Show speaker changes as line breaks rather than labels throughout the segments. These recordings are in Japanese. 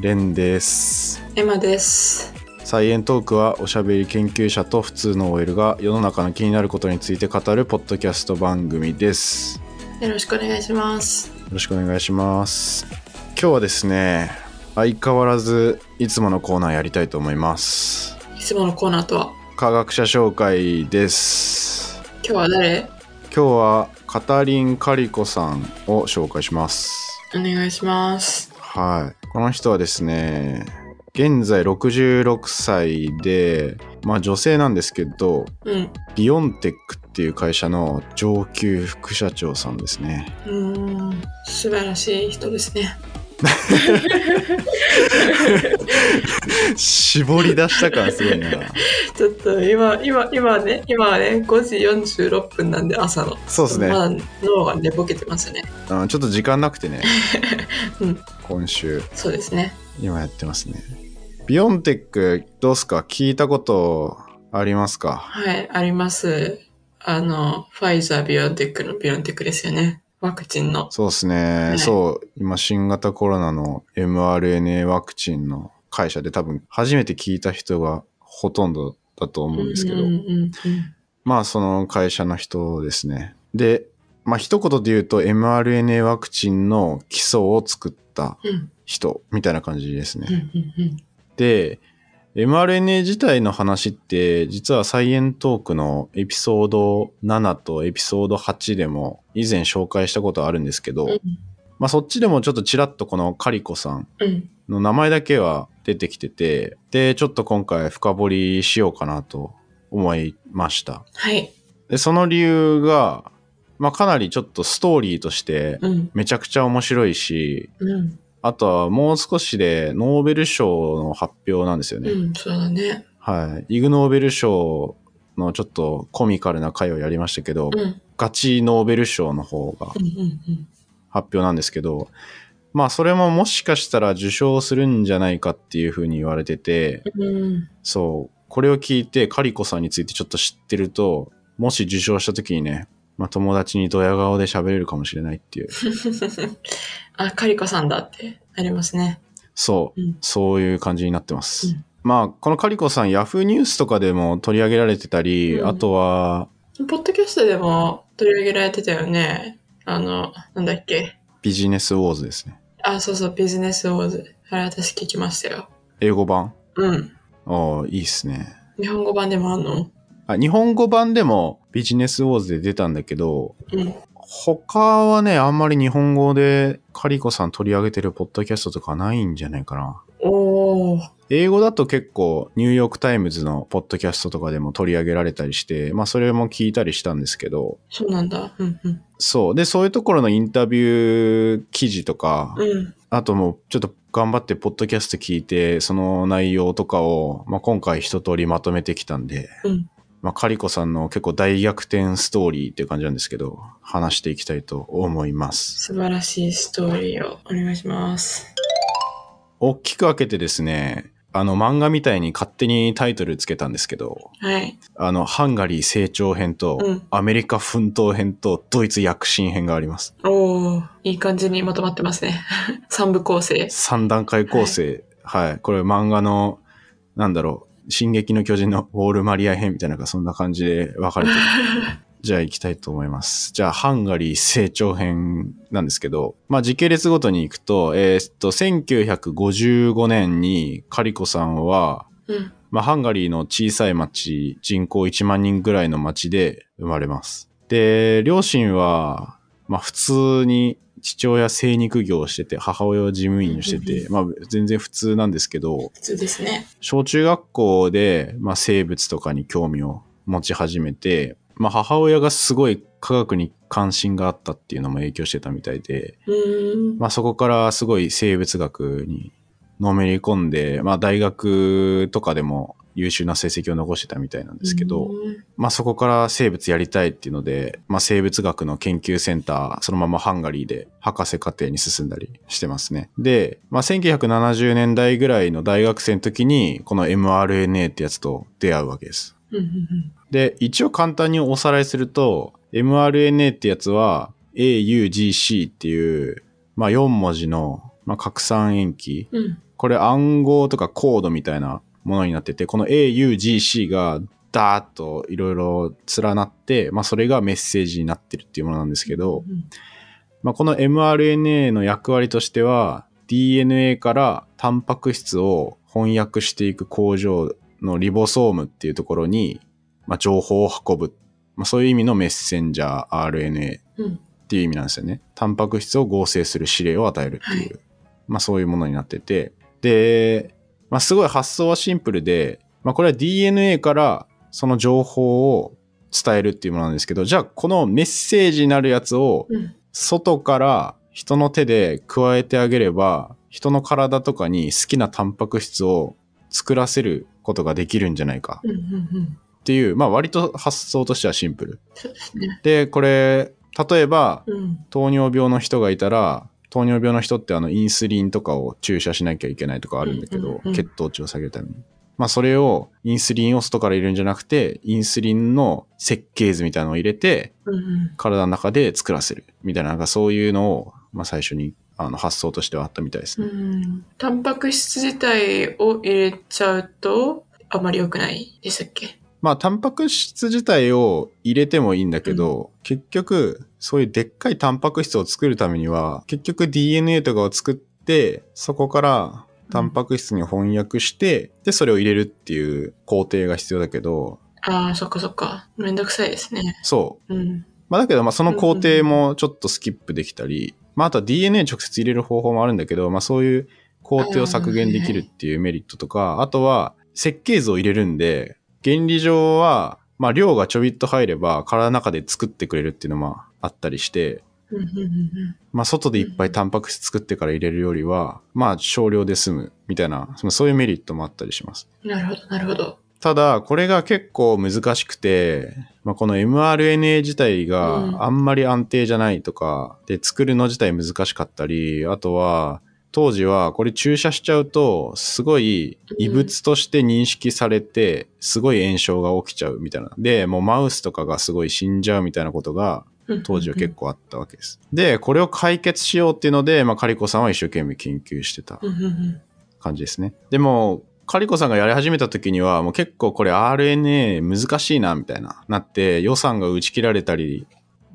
レンです
エマです。
サイエントークはおしゃべり研究者と普通の OL が世の中の気になることについて語るポッドキャスト番組です
よろしくお願いします。
よろしくお願いします今日はですね相変わらずいつものコーナーやりたいと思います
いつものコーナーとは、
科学者紹介です
今日は誰
今日はカタリン・カリコさんを紹介します
お願いします。
はい。この人はですね、現在66歳で、まあ女性なんですけど、
うん。
ビオンテックっていう会社の上級副社長さんですね。
うーん。素晴らしい人ですね。
絞り出した感す ごいな。
ちょっと今、今、今ね、今はね、5時46分なんで朝の。
そうですね、
まだ脳が寝ぼけてますね。
うんちょっと時間なくてね、
うん。
今週、
そうですね。
今やってますね。ビオンテック、どうすか聞いたことありますか
はい、あります。あの、ファイザー、ビオンテックのビオンテックですよね。ワクチンの。
そうです
は
ね。
い
そう、今新型コロナの mRNA ワクチンの会社で多分初めて聞いた人がほとんどだと思うんですけど、
うんうんうんうん
まあその会社の人ですね。で、まあ一言で言うと mRNA ワクチンの基礎を作った
うん
人みたいな感じですね。
うんうんうん。
で、mRNA 自体の話って実はサイエントークのエピソード7とエピソード8でも以前紹介したことあるんですけど、まあそっちでもちょっとちらっとこのカリコさん
うん。
の名前だけは出てきてて、で、ちょっと今回深掘りしようかなと思いました。
はい。
で、その理由が、まあかなりちょっとストーリーとして
うん。
めちゃくちゃ面白いし、
うん。
あとはもう少しでノーベル賞の発表なんですよね。
うん、そうだね。
はい。イグノーベル賞のちょっとコミカルな回をやりましたけど、
うん。
ガチノーベル賞の方が
うんうんうん。
発表なんですけど、まあそれももしかしたら受賞するんじゃないかっていうふうに言われてて、
うん
そう、これを聞いてカリコさんについてちょっと知ってると、もし受賞した時にね、まあ友達にドヤ顔で喋れるかもしれないっていう、
あ、カリコさんだってなりますね。
そう、
うん
そういう感じになってます。
うん
まあこのカリコさんヤフーニュースとかでも取り上げられてたり、
うん
あとは
ポッドキャストでも取り上げられてたよね。あの、なんだっけ。
ビジネスウォーズですね。
あ、そうそう、ビジネスウォーズ。あれ私聞きましたよ。
英語版
うん。
ああ、いいっすね。
日本語版でもあんの
あ、日本語版でもビジネスウォーズで出たんだけど、
うん。
他はね、あんまり日本語でカリコさん取り上げてるポッドキャストとかないんじゃないかな。
おー。
英語だと結構ニューヨークタイムズのポッドキャストとかでも取り上げられたりして、まあそれも聞いたりしたんですけど、
そうなんだ。うんうん。
そう。で、そういうところのインタビュー記事とか、
うん。
あともうちょっと頑張ってポッドキャスト聞いて、その内容とかを、まあ今回一通りまとめてきたんで、
うん。
まあ、カリコさんの結構大逆転ストーリーっていう感じなんですけど、話していきたいと思います。
素晴らしいストーリーをお願いします。
大きく分けてですね、あの漫画みたいに勝手にタイトルつけたんですけど、
はい。
あの、ハンガリー成長編と、
うん
アメリカ奮闘編と、ドイツ躍進編があります。
おー。いい感じにまとまってますね。 三部構成。
3段階構成。はい、これ漫画の、なんだろう、進撃の巨人のウォールマリア編みたいな、なんかそんな感じで分かれてる。じゃあ行きたいと思います。じゃあ、ハンガリー成長編なんですけど、まあ時系列ごとに行くと、えーっと、1955年にカリコさんは、
うん。
まあハンガリーの小さい町、人口1万人ぐらいの町で生まれます。で、両親は、まあ普通に父親精肉業をしてて、母親は事務員をしてて、まあ全然普通なんですけど、
普通ですね。
小中学校で、まあ、生物とかに興味を持ち始めて、まあ、母親がすごい科学に関心があったっていうのも影響してたみたいで、
うーん。
まあ、そこからすごい生物学にのめり込んで、まあ、大学とかでも優秀な成績を残してたみたいなんですけど、
うん
まあ、そこから生物やりたいっていうので、まあ、生物学の研究センター、そのままハンガリーで博士課程に進んだりしてますね。で、まあ、1970年代ぐらいの大学生の時に、この mRNA ってやつと出会うわけです。
うんうん
で、一応簡単におさらいすると、mRNA ってやつは AUGC っていう、まあ、4文字の、ままあ、拡散延期。
うん。
これ暗号とかコードみたいなものになってて、この AUGC がダーッといろいろ連なって、まあ、それがメッセージになってるっていうものなんですけど、
うん
まあ、この mRNA の役割としては DNA からタンパク質を翻訳していく工場のリボソームっていうところに、まあ、情報を運ぶ、まあ、そういう意味のメッセンジャー RNA っ
うん。
ていう意味なんですよね。タンパク質を合成する指令を与えるっていう、まあ、そういうものになっててで、まあ、すごい発想はシンプルで、まあ、これは DNA からその情報を伝えるっていうものなんですけどじゃあこのメッセージになるやつを
うん。
外から人の手で加えてあげれば人の体とかに好きなタンパク質を作らせることができるんじゃないか
うん。うん。うん。
っていう、まあ割と発想としてはシンプル。
そうですね。
で、これ、例えば
うん。
糖尿病の人がいたら、糖尿病の人ってあのインスリンとかを注射しなきゃいけないとかあるんだけ
うん
ど
うんう、ん
血糖値を下げるために。まあそれをインスリンを外から入れるんじゃなくて、インスリンの設計図みたいなのを入れて、
うんうん。
体の中で作らせるみたいな、なんかそういうのを、まあ、最初にあの発想としてはあったみたいです
う
ね。
ん。タンパク質自体を入れちゃうと、あまり良くないでしたっけ
まあ、タンパク質自体を入れてもいいんだけど、結局、そういうでっかいタンパク質を作るためには、結局 DNA とかを作って、そこからタンパク質に翻訳して、で、それを入れるっていう工程が必要だけど、
ああ、そっかそっか。めんどくさいですね。
そう、
うん。
まあ、だけど、まあ、その工程もちょっとスキップできたり、まあ、あとは DNA 直接入れる方法もあるんだけど、まあ、そういう工程を削減できるっていうメリットとか、あとは設計図を入れるんで、原理上は、まあ、量がちょびっと入れば、体の中で作ってくれるっていうのもあったりして、
うん。うん。うん
まあ、外でいっぱいタンパク質作ってから入れるよりは、まあ、少量で済むみたいな、そのそういうメリットもあったりします。
うん。なるほど、なるほど。
ただ、これが結構難しくて、まあ、この mRNA 自体
うん
があんまり安定じゃないとか、で、作るの自体難しかったり、あとは、当時はこれ注射しちゃうと、すごい異物として認識されて、すごい炎症が起きちゃうみたいな。で、もうマウスとかがすごい死んじゃうみたいなことが、
うん
当時は結構あったわけです。で、これを解決しようっていうので、まあ、カリコさんは一生懸命研究してた。
うん。うん。うん
感じですね。でも、カリコさんがやり始めた時には、もう結構これ RNA 難しいな、みたいな、なって、予算が打ち切られたり、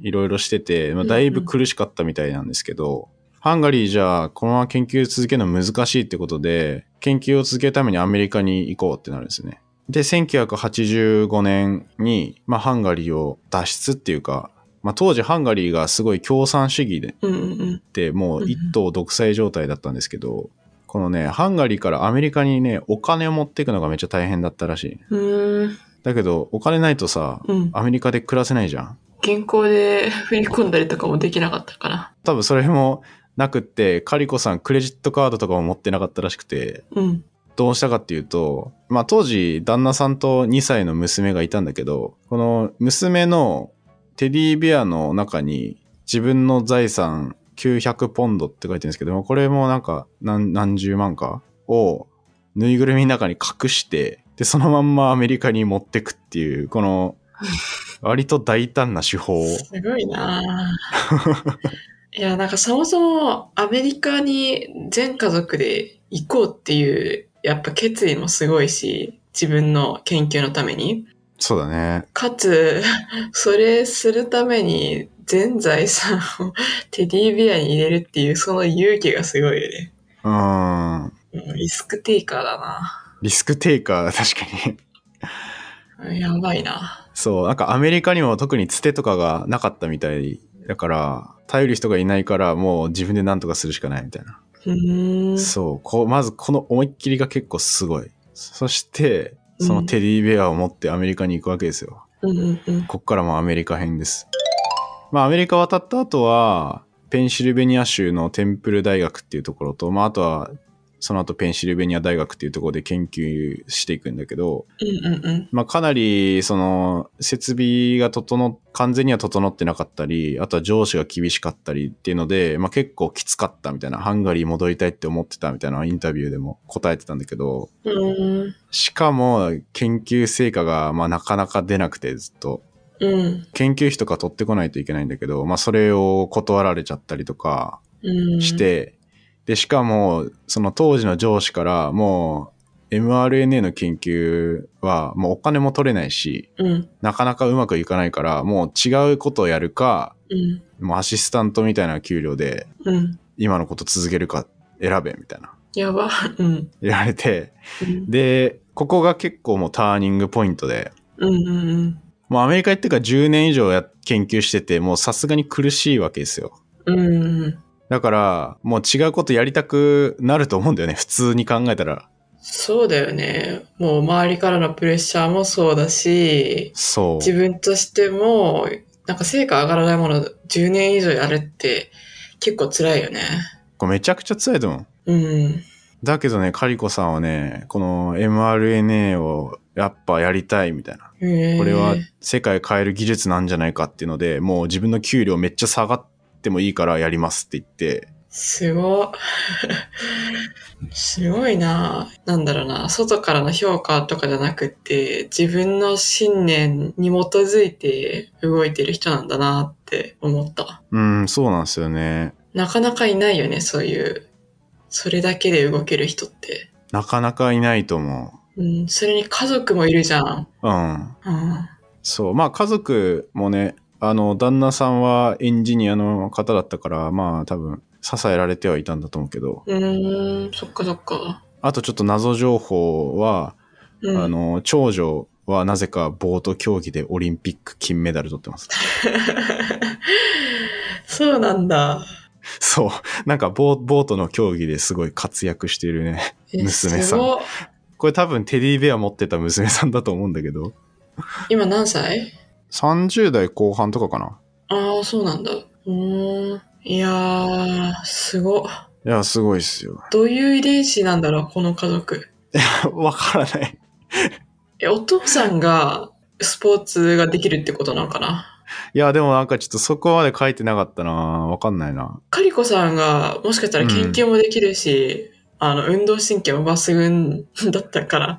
いろいろしてて、まあ、だいぶ苦しかったみたいなんですけど、ハンガリーじゃあ、このまま研究続けるの難しいってことで、研究を続けるためにアメリカに行こうってなるんですね。で、1985年に、まあ、ハンガリーを脱出っていうか、まあ、当時ハンガリーがすごい共産主義で
うん。うん。うん。
ってもう一党独裁状態だったんですけど、このねハンガリーからアメリカにねお金を持っていくのがめっちゃ大変だったらしい
うん。
だけどお金ないとさ
うん。
アメリカで暮らせないじゃん
銀行で振り込んだりとかもできなかったから。
多分それもなくってカリコさんクレジットカードとかも持ってなかったらしくて
うん。
どうしたかっていうと、まあ、当時旦那さんと2歳の娘がいたんだけどこの娘のテディベアの中に自分の財産900ポンドって書いてるんですけどもこれもなんか何何十万かをぬいぐるみの中に隠してでそのまんまアメリカに持ってくっていうこの割と大胆な手法を
すご いなぁいや、なんかそもそもアメリカに全家族で行こうっていう、やっぱ決意もすごいし、自分の研究のために。
そうだね
かつ、 それするために全財産を テディベアに入れるっていう、その勇気がすごいよね。
うーん
うんリスクテイカーだな
リスクテイカー確かに
うんやばいな
そう、なんかアメリカにも特にツテとかがなかったみたいだから、頼る人がいないからもう自分で何とかするしかないみたいな。
うーん。
そう、こう、まずこの思いっきりが結構すごい。そして、そうの
ん
テディベアを持ってアメリカに行くわけですよ。
うんうんうん。
こっからもアメリカ編です。まあ、アメリカ渡った後は、ペンシルベニア州のテンプル大学っていうところと、まあ、あとは、その後ペンシルベニア大学っていうところで研究していくんだけど、
うんうんうん。
まあ、かなり、その、設備が整っ、完全には整ってなかったり、あとは上司が厳しかったりっていうので、まあ、結構きつかったみたいな、ハンガリー戻りたいって思ってたみたいなインタビューでも答えてたんだけど、
うーん。
しかも、研究成果が、まあ、なかなか出なくて、ずっと。
うん。
研究費とか取ってこないといけないんだけど、まあ、それを断られちゃったりとか
うん。
し。て、で、しかも、その当時の上司から、もう、mRNA の研究は、もうお金も取れないし、
うん。
なかなかうまくいかないから、もう違うことをやるか、
うん。
もうアシスタントみたいな給料で、
うん。
今のこと続けるか選べ、みたいな、
やば。うん。
言われて、
うん。
で、ここが結構もうターニングポイントで、
うん。うんうん。
もうアメリカ行ってから10年以上や研究してて、もうさすがに苦しいわけですよ。
うんうん。
だから、もう違うことやりたくなると思うんだよね、普通に考えたら。
そうだよね。もう周りからのプレッシャーもそうだし、
そう。
自分としても、なんか成果上がらないもの10年以上やるって結構辛いよね。
これめちゃくちゃ辛いと思う。
うん。
だけどね、カリコさんはね、この mRNA をやっぱやりたいみたいな。
こ
これは世界変える技術なんじゃないかっていうので、もう自分の給料めっちゃ下がってもいいからやりますって言って、
すご。すごいな。なんだろうな。外からの評価とかじゃなくて、自分の信念に基づいて動いてる人なんだなって思った。
うん、そうなんですよね。
なかなかいないよね、そういう。それだけで動ける人って。
なかなかいないと思
うん、それに家族もいるじゃん。
う。うん。
うん。
そう。まあ家族もね、あの、旦那さんはエンジニアの方だったから、まあ多分支えられてはいたんだと思うけど、
うーん、そっかそっか。
あとちょっと謎情報は、
うん、
あの、長女はなぜかボート競技でオリンピック金メダル取ってます。
そうなんだ。
そう。なんかボーボートの競技ですごい活躍してるね。
え
娘さん
すごっ
これ多分テディベア持ってた娘さんだと思うんだけど、
今何歳
30代後半とかかな。
ああ、そうなんだ。うーん。いやー、すごっ。
いや、すごいっすよ。
どういう遺伝子なんだろう、この家族。
わからない。
え、お父さんがスポーツができるってことなのかない
や、でもなんかちょっとそこまで書いてなかったなわかんないな。
カリコさんがもしかしたら研究もできるし、あの、運動神経も抜群だっ たから。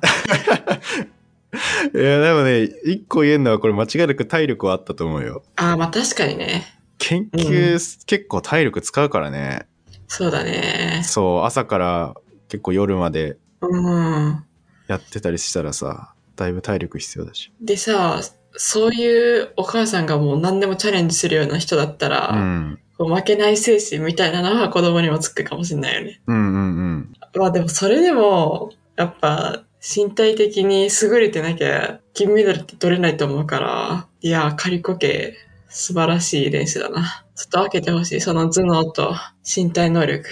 いや、でもね、一個言えるのはこれ間違いなく体力はあったと思うよ。
ああ、まあ確かにね。
研
う
究、結構体力使うからね。
そうだね。
そう、朝から結構夜まで
うん。
やってたりしたらさ、だいぶ体力必要だし。
でさ、そういうお母さんがもう何でもチャレンジするような人だったら、
うん。
こう負けない精神みたいなのは子供にもつくかもしれないよね。
うんうんうん。
まあでもそれでも、やっぱ身体的に優れてなきゃ金メダルって取れないと思うから、いやー、カリコ家、素晴らしい練習だな。ちょっと分けてほしい。その頭脳と身体能力。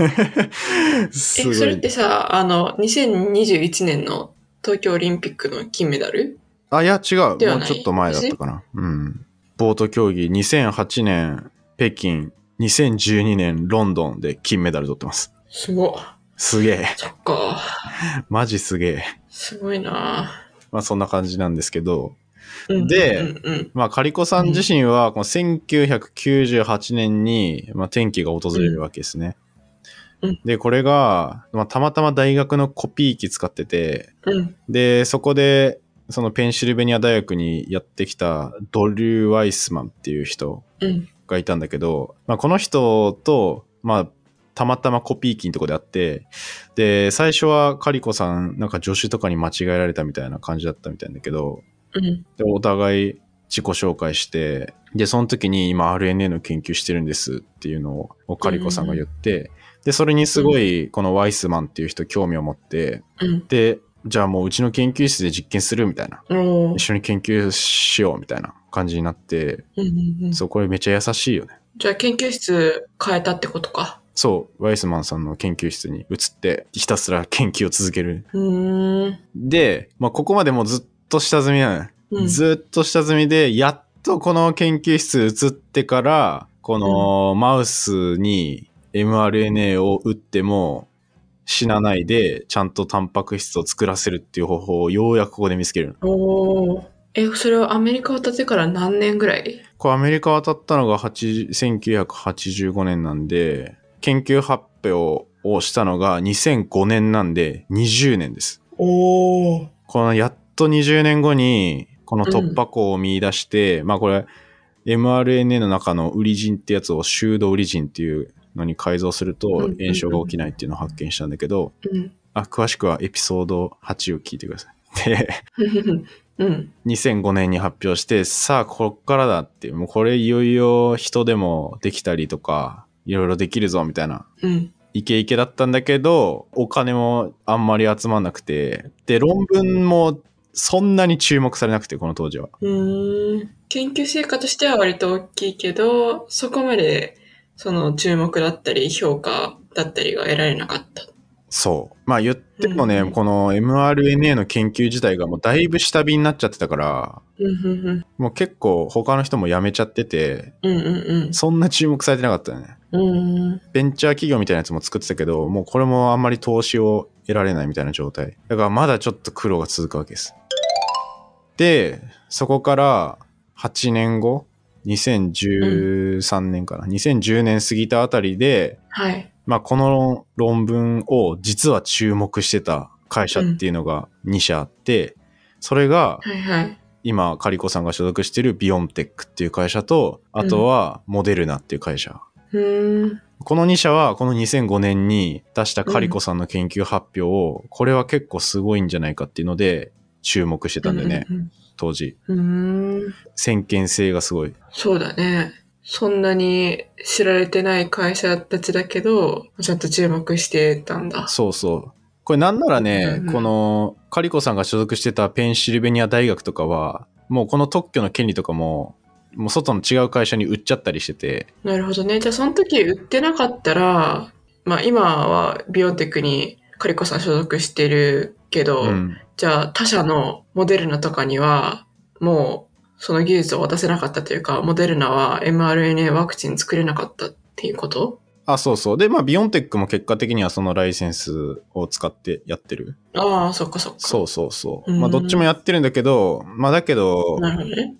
え、
すごい。
それってさ、あの、2021年の東京オリンピックの金メダル
あ、いや、違う。もう
で
ち
はない
ょっと前だったかな。うん。ボート競技、2008年、北京、2012年、ロンドンで金メダル取ってます。
すごっ。
すげえ。
そっか。
マジすげえ。
すごいな
まあ、そんな感じなんですけど。
うん
で
うんうん
まあ、カリコさん自身は、この1998年に、まあ、転機が訪れるわけですね。
うん
で、これが、まあ、たまたま大学のコピー機使ってて、
うん。
で、そこで、そのペンシルベニア大学にやってきたドリュー・ワイスマンっていう人
うん。
がいたんだけど、まあ、この人と、まあ、たまたまコピー機のとこであって、で、最初はカリコさん、なんか助手とかに間違えられたみたいな感じだったみたいなんだけど、
うん。
でお互い自己紹介してでその時に今 RNA の研究してるんですっていうのをカリコさんが言って、でそれにすごいこのワイスマンっていう人興味を持って
うん。
でじゃあもううちの研究室で実験するみたいな一
おー
緒に研究しようみたいな感じになって
うんうんうん
そうこれめっちゃ優しいよね
じゃあ研究室変えたってことか。
そうワイスマンさんの研究室に移ってひたすら研究を続ける
うーん。
で、まあ、ここまでもうずっと下積みなのよ
うん
ずっと下積みで、やっとこの研究室移ってから、このマウスに mRNA を打っても死なないで、ちゃんとタンパク質を作らせるっていう方法をようやくここで見つけるの。
おお。え、それはアメリカを建てから何年ぐらい
これアメリカ渡ったのが80 1985年なんで、研究発表をしたのが2005年なんで20年です。
おお。
このやっと20年後にこの突破口を見出して、まあこれ mRNA の中のウリジンってやつをシュードウリジンっていうのに改造する
うん
と
うんうん
炎症が起きないっていうのを発見したんだけど、
うん。
あ、詳しくはエピソード8を聞いてください。で、
うん。
2005年に発表して、さあ、こっからだっていう、もうこれいよいよ人でもできたりとか、いろいろできるぞみたいな
うん。
イケイケだったんだけど、お金もあんまり集まんなくて、で、論文もそんなに注目されなくて、この当時は。
うーん。研究成果としては割と大きいけど、そこまで、その注目だったり、評価だったりが得られなかった。
そう。まあ言ってもね、
うん
この mRNA の研究自体がもうだいぶ下火になっちゃってたから、
うん、うん、
もう結構他の人も辞めちゃってて、
うん。うん、うん
そんな注目されてなかったよね。
うん。う
ベンチャー企業みたいなやつも作ってたけど、もうこれもあんまり投資を得られないみたいな状態。だからまだちょっと苦労が続くわけです。で、そこから8年後、2013年かな、2010年過ぎたあたりで
ー、ん。はい。
まあこの論文を実は注目してた会社っていうのが2社あって、それが
はい、はい。
今、カリコさんが所属してるビオンテックっていう会社と、あとはモデルナっていう会社。
うーん。
この2社はこの2005年に出したカリコさんの研究発表を、これは結構すごいんじゃないかっていうので注目してたんだよね、
うん
当時。
うんうん。うーん。
先見性がすごい。
そうだね。そんなに知られてない会社たちだけど、ちゃんと注目してたんだ。
そうそう。これなんならね、
うんうん
このカリコさんが所属してたペンシルベニア大学とかは、もうこの特許の権利とかも、もう外の違う会社に売っちゃったりしてて、
なるほどね。じゃあ、その時売ってなかったら、まあ、今はビオテクにカリコさん所属してるけど、
うん、
じゃあ、他社のモデルナとかには、もう、その技術を渡せなかったというか、モデルナは mRNA ワクチン作れなかったっていうこと
あ、そうそう。で、まあ、ビオンテックも結果的にはそのライセンスを使ってやってる。
ああ、そっかそっか。
そうそうそう。ま
う
あ、
ん
どっちもやってるんだけど、まあ、だけど、
なるほどね。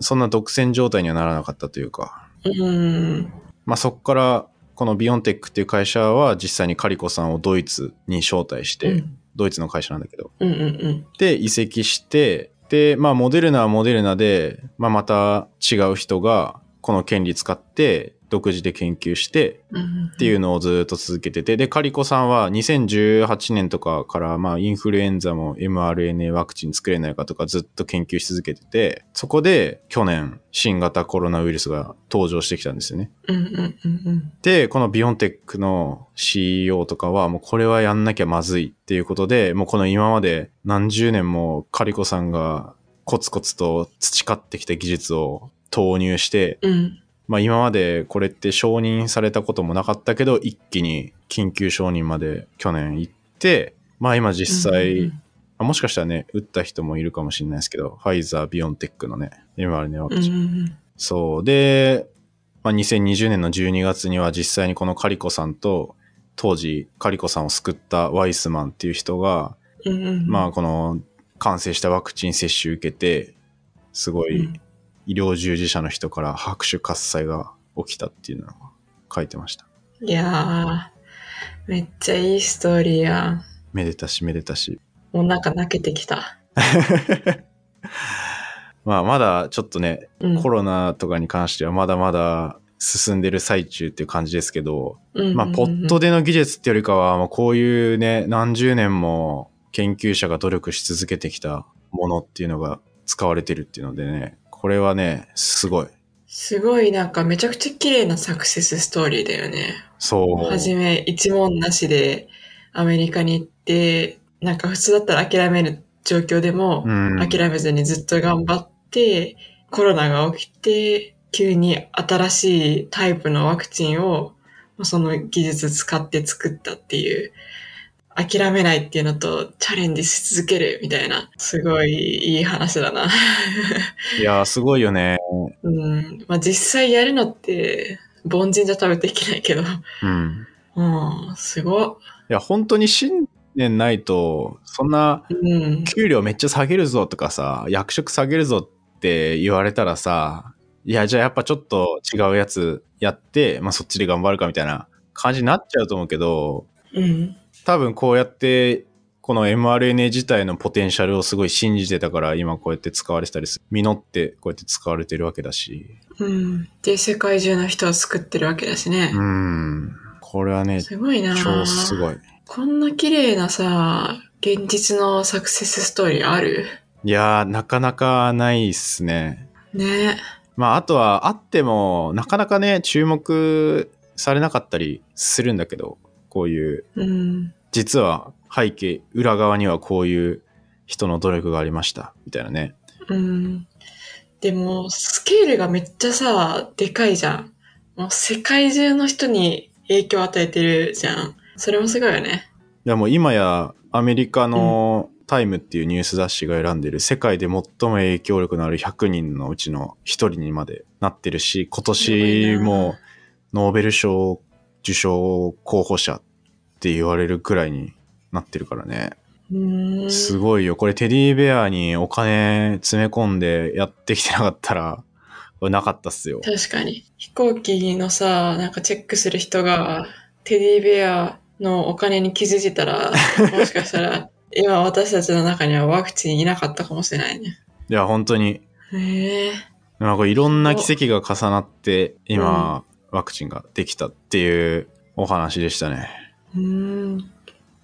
そんな独占状態にはならなかったというか、
うん。
まあ、そこからこのビオンテックっていう会社は実際にカリコさんをドイツに招待して、
うん
ドイツの会社なんだけど
うんうん
で移籍してで、まあ、モデルナはモデルナで、まあ、また違う人がこの権利使って独自で研究して
うん。うん
っていうのをずっと続けててでカリコさんは2018年とかから、まあ、インフルエンザも mRNA ワクチン作れないかとかずっと研究し続けててそこで去年新型コロナウイルスが登場してきたんですよね
うんうんうんうん。
でこのビオンテックの CEO とかはもうこれはやんなきゃまずいっていうことでもうこの今まで何十年もカリコさんがコツコツと培ってきた技術を投入して
うん。
まあ、今までこれって承認されたこともなかったけど一気に緊急承認まで去年行ってまあ今実際、
うん
あもしかしたらね打った人もいるかもしれないですけどファイザービオンテックのね mRNA ワ
う
ク
ん
チン、
うん
そうで、まあ、2020年の12月には実際にこのカリコさんと当時カリコさんを救ったワイスマンっていう人が、
うんうんうん。
まあこの完成したワクチン接種受けてすごい、
うん
医療従事者の人から拍手喝采が起きたっていうのを書いてました。
いやー、めっちゃいいストーリーやん。
めでたしめでたし。
もうなんか泣けてきた。
まあまだちょっとね、
うん。
コロナとかに関してはまだまだ進んでる最中っていう感じですけど、まあポット
で。
での技術ってよりかは、まあこういうね、何十年も研究者が努力し続けてきたものっていうのが使われてるっていうのでね、これはね、すごい。
すごいなんかめちゃくちゃ綺麗なサクセスストーリーだよね。
そう。
はじめ一文なしでアメリカに行って、なんか普通だったら諦める状況でも、
うん
諦めずにずっと頑張って、コロナが起きて、急に新しいタイプのワクチンを、まあその技術使って作ったっていう、諦めないっていうのとチャレンジし続けるみたいな、すごいいい話だな。
いやー、すごいよね。
うん。まあ実際やるのって、凡人じゃ食べていけないけど、
うん。
うん、すごっ。
いや、本当に信念ないと、そんな、
うん。
給料めっちゃ下げるぞとかさ、役職下げるぞって言われたらさ、いや、じゃあやっぱちょっと違うやつやって、まあそっちで頑張るかみたいな感じになっちゃうと思うけど、
うん。
多分こうやってこの mRNA 自体のポテンシャルをすごい信じてたから、今こうやって使われてたりする。実ってこうやって使われてるわけだし。
うん。で、世界中の人を救ってるわけだしね
う。ん。これはね、
すごいな
超すごい。
こんな綺麗なさ、現実のサクセスストーリーある
いやー、なかなかないっすね。
ね。
まあ、あとは、あっても、なかなかね、注目されなかったりするんだけど、こういう、
うん。
実は背景、裏側にはこういう人の努力がありました、みたいなね。
うん。でも、スケールがめっちゃさ、でかいじゃん。もう世界中の人に影響を与えてるじゃん。それもすごいよね。
いやもう今やアメリカの「タイムっていうニュース雑誌が選んでる世界で最も影響力のある100人のうちの1人にまでなってるし今年もノーベル賞受賞候補者って言われるくらいになってるからね
うーん。
すごいよこれテディベアにお金詰め込んでやってきてなかったらこれなかったっすよ
確かに。飛行機のさ、なんかチェックする人が、テディベアのお金に気づいてたら、もしかしたら、今私たちの中にはワクチンいなかったかもしれないね。
いや本当に
へえ
なんかいろんな奇跡が重なって今、ワクチンができたっていうお話でしたね。
うーん。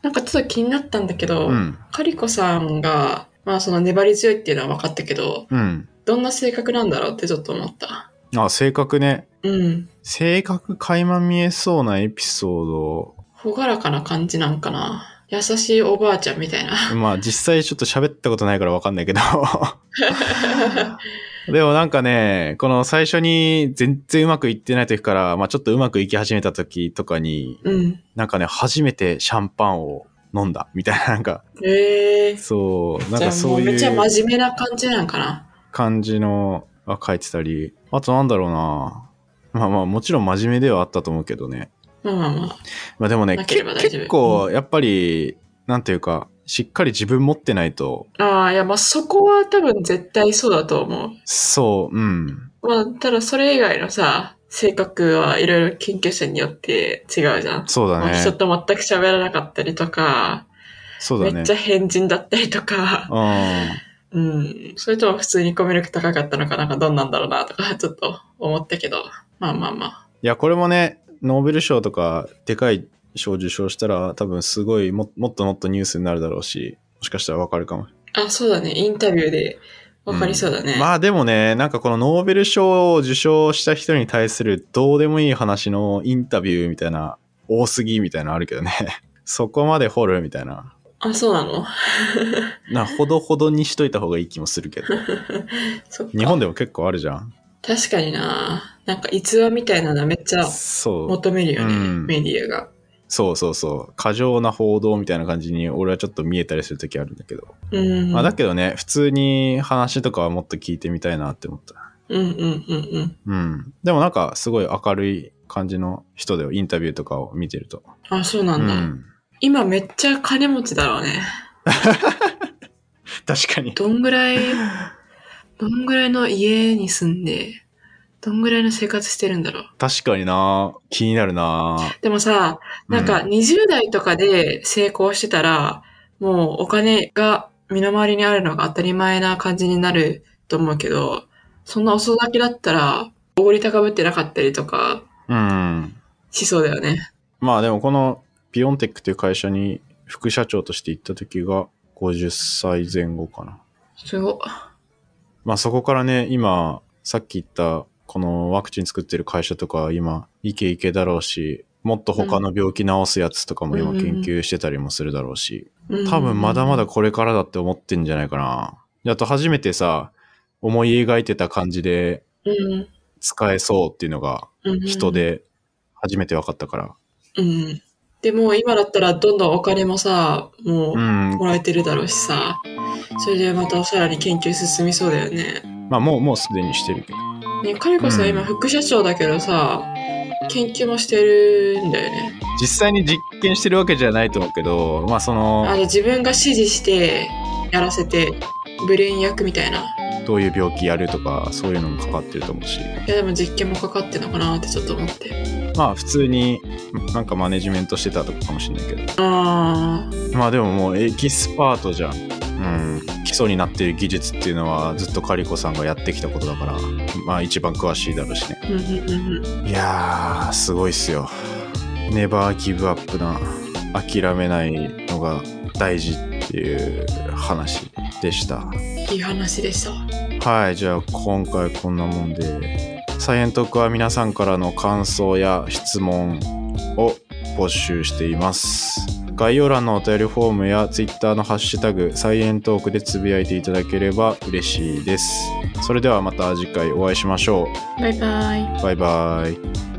なんかちょっと気になったんだけど、
うん。
カリコさんが、まあその粘り強いっていうのは分かったけど、
うん。
どんな性格なんだろうってちょっと思った。
あ、性格ね。
うん。
性格垣間見えそうなエピソード
朗らかな感じなんかな。優しいおばあちゃんみたいな。
を。まあ実際ちょっと喋ったことないからわかんないけ ど。でもなんかね、この最初に全然うまくいってない時から、まあちょっとうまくいき始めた時とかに、
うん。
なんかね、初めてシャンパンを飲んだみたいな、なんか、
へえ
そう、なん
じゃ
か
あも
そう
う
いう。
めっちゃ真面目な感じなんかな。
感じのは書いてたり、あとなんだろうな。まあまあもちろん真面目ではあったと思うけどね。
まあまあまあ。
まあでもね、
なけ
け
れば大丈夫
結構やっぱり、なんていうか、しっかり自分持ってないと、
ああ、いや、まあそこは多分絶対そうだと思
そう、うん。
う。まあ、ただそれ以外のさ、性格はいろいろ研究者によって違うじゃん。
そうだ
まあ人
ね。
と全く喋らなかったりとか、
そうだ
め
ね
っち。ゃ変人だったりとか、
う
うん、それとも普通にコミュ力高かったのかなんかどんなんだろうなとか、ちょっと思ったけど、まあまあまあ。
ん。いや、これもね、ノーベル賞とか、でかい賞受賞したら、多分すごいも、もっともっとニュースになるだろうし、もしかしたらわかるかも。
あ、そうだね。インタビューでわかりそうだね。
まあでもね、なんかこのノーベル賞を受賞した人に対するどうでもいい話のインタビューみたいな、多すぎみたいなのあるけどね。 そこまで掘るみたいな。
あ、そうなの
な、ほどほどにしといた方がいい気もするけど。
そっか
日本でも結構あるじゃん。
確かにな。なんか逸話みたいなのめっちゃ
そう。
求めるよね、
うん
メディアが。
そうそうそう。過剰な報道みたいな感じに俺はちょっと見えたりするときあるんだけど。
うん。
まあだけどね、普通に話とかはもっと聞いてみたいなって思った。
うんうんうんうん。
うん。でもなんかすごい明るい感じの人だよ。インタビューとかを見てると。
あ、そうなんだ。
うん。
今めっちゃ金持ちだろうね。
確かに。
どんぐらい、 どんぐらいの家に住んで、どんぐらいの生活してるんだろう。
確かにな気になるな
でもさ、なんか
う
20代とかで成功してたら、もうお金が身の回りにあるのが当たり前な感じになると思うけど、そんな遅咲きだったら、おごり高ぶってなかったりとか
うん。
しそうだよね。
まあでもこのビオンテックという会社に副社長として行った時が50歳前後かな。
すごっ。
まあそこからね、今、さっき言ったこのワクチン作ってる会社とか今、イケイケだろうし、もっと他の病気治すやつとかも今
うんうんう
研
ん
究してたりもするだろうし、
うん
多分まだまだ。これからだって思ってんじゃないかな。であと初めてさ、思い描いてた感じで
うん。
使えそうっていうのが
うん
人。で初めて分かったから。
うん。でも今だったらどんどんお金もさ、も
う。
うんもらえてるだろうしさ、それでまたさらに研究進みそうだよね。
まあもう、もうすでにしてるけど。
ね、カリコさ
うんん
今副社長だけどさ、研究もしてるんだよね。
実際に実験してるわけじゃないと思うけど、まあそ
あ
の、
の自分が指示してやらせて、ブレイン役みたいな。
どういう病気やるとか、そういうのもかかってると思うし。
いやでも実験もかかってんのかなってちょっと思って。
まあ普通になんかマネジメントしてたとかかもしれないけど。
ああ、
まあでももうエキスパートじゃん、うん、基礎になってる技術っていうのはずっとカリコさんがやってきたことだからまあ一番詳しいだろうしね
うんうんうんうん
いやー、すごいっすよ。ネバーギブアップな、諦めないのが大事っていう話でした。
いい話でした。
はい、じゃあ今回こんなもんで、サイエントークは皆さんからの感想や質問を募集しています。概要欄のお便りフォームや Twitter のハッシュタグ、サイエントークでつぶやいていただければ嬉しいです。それではまた次回お会いしましょ
バイバイ。
う。バイバイ。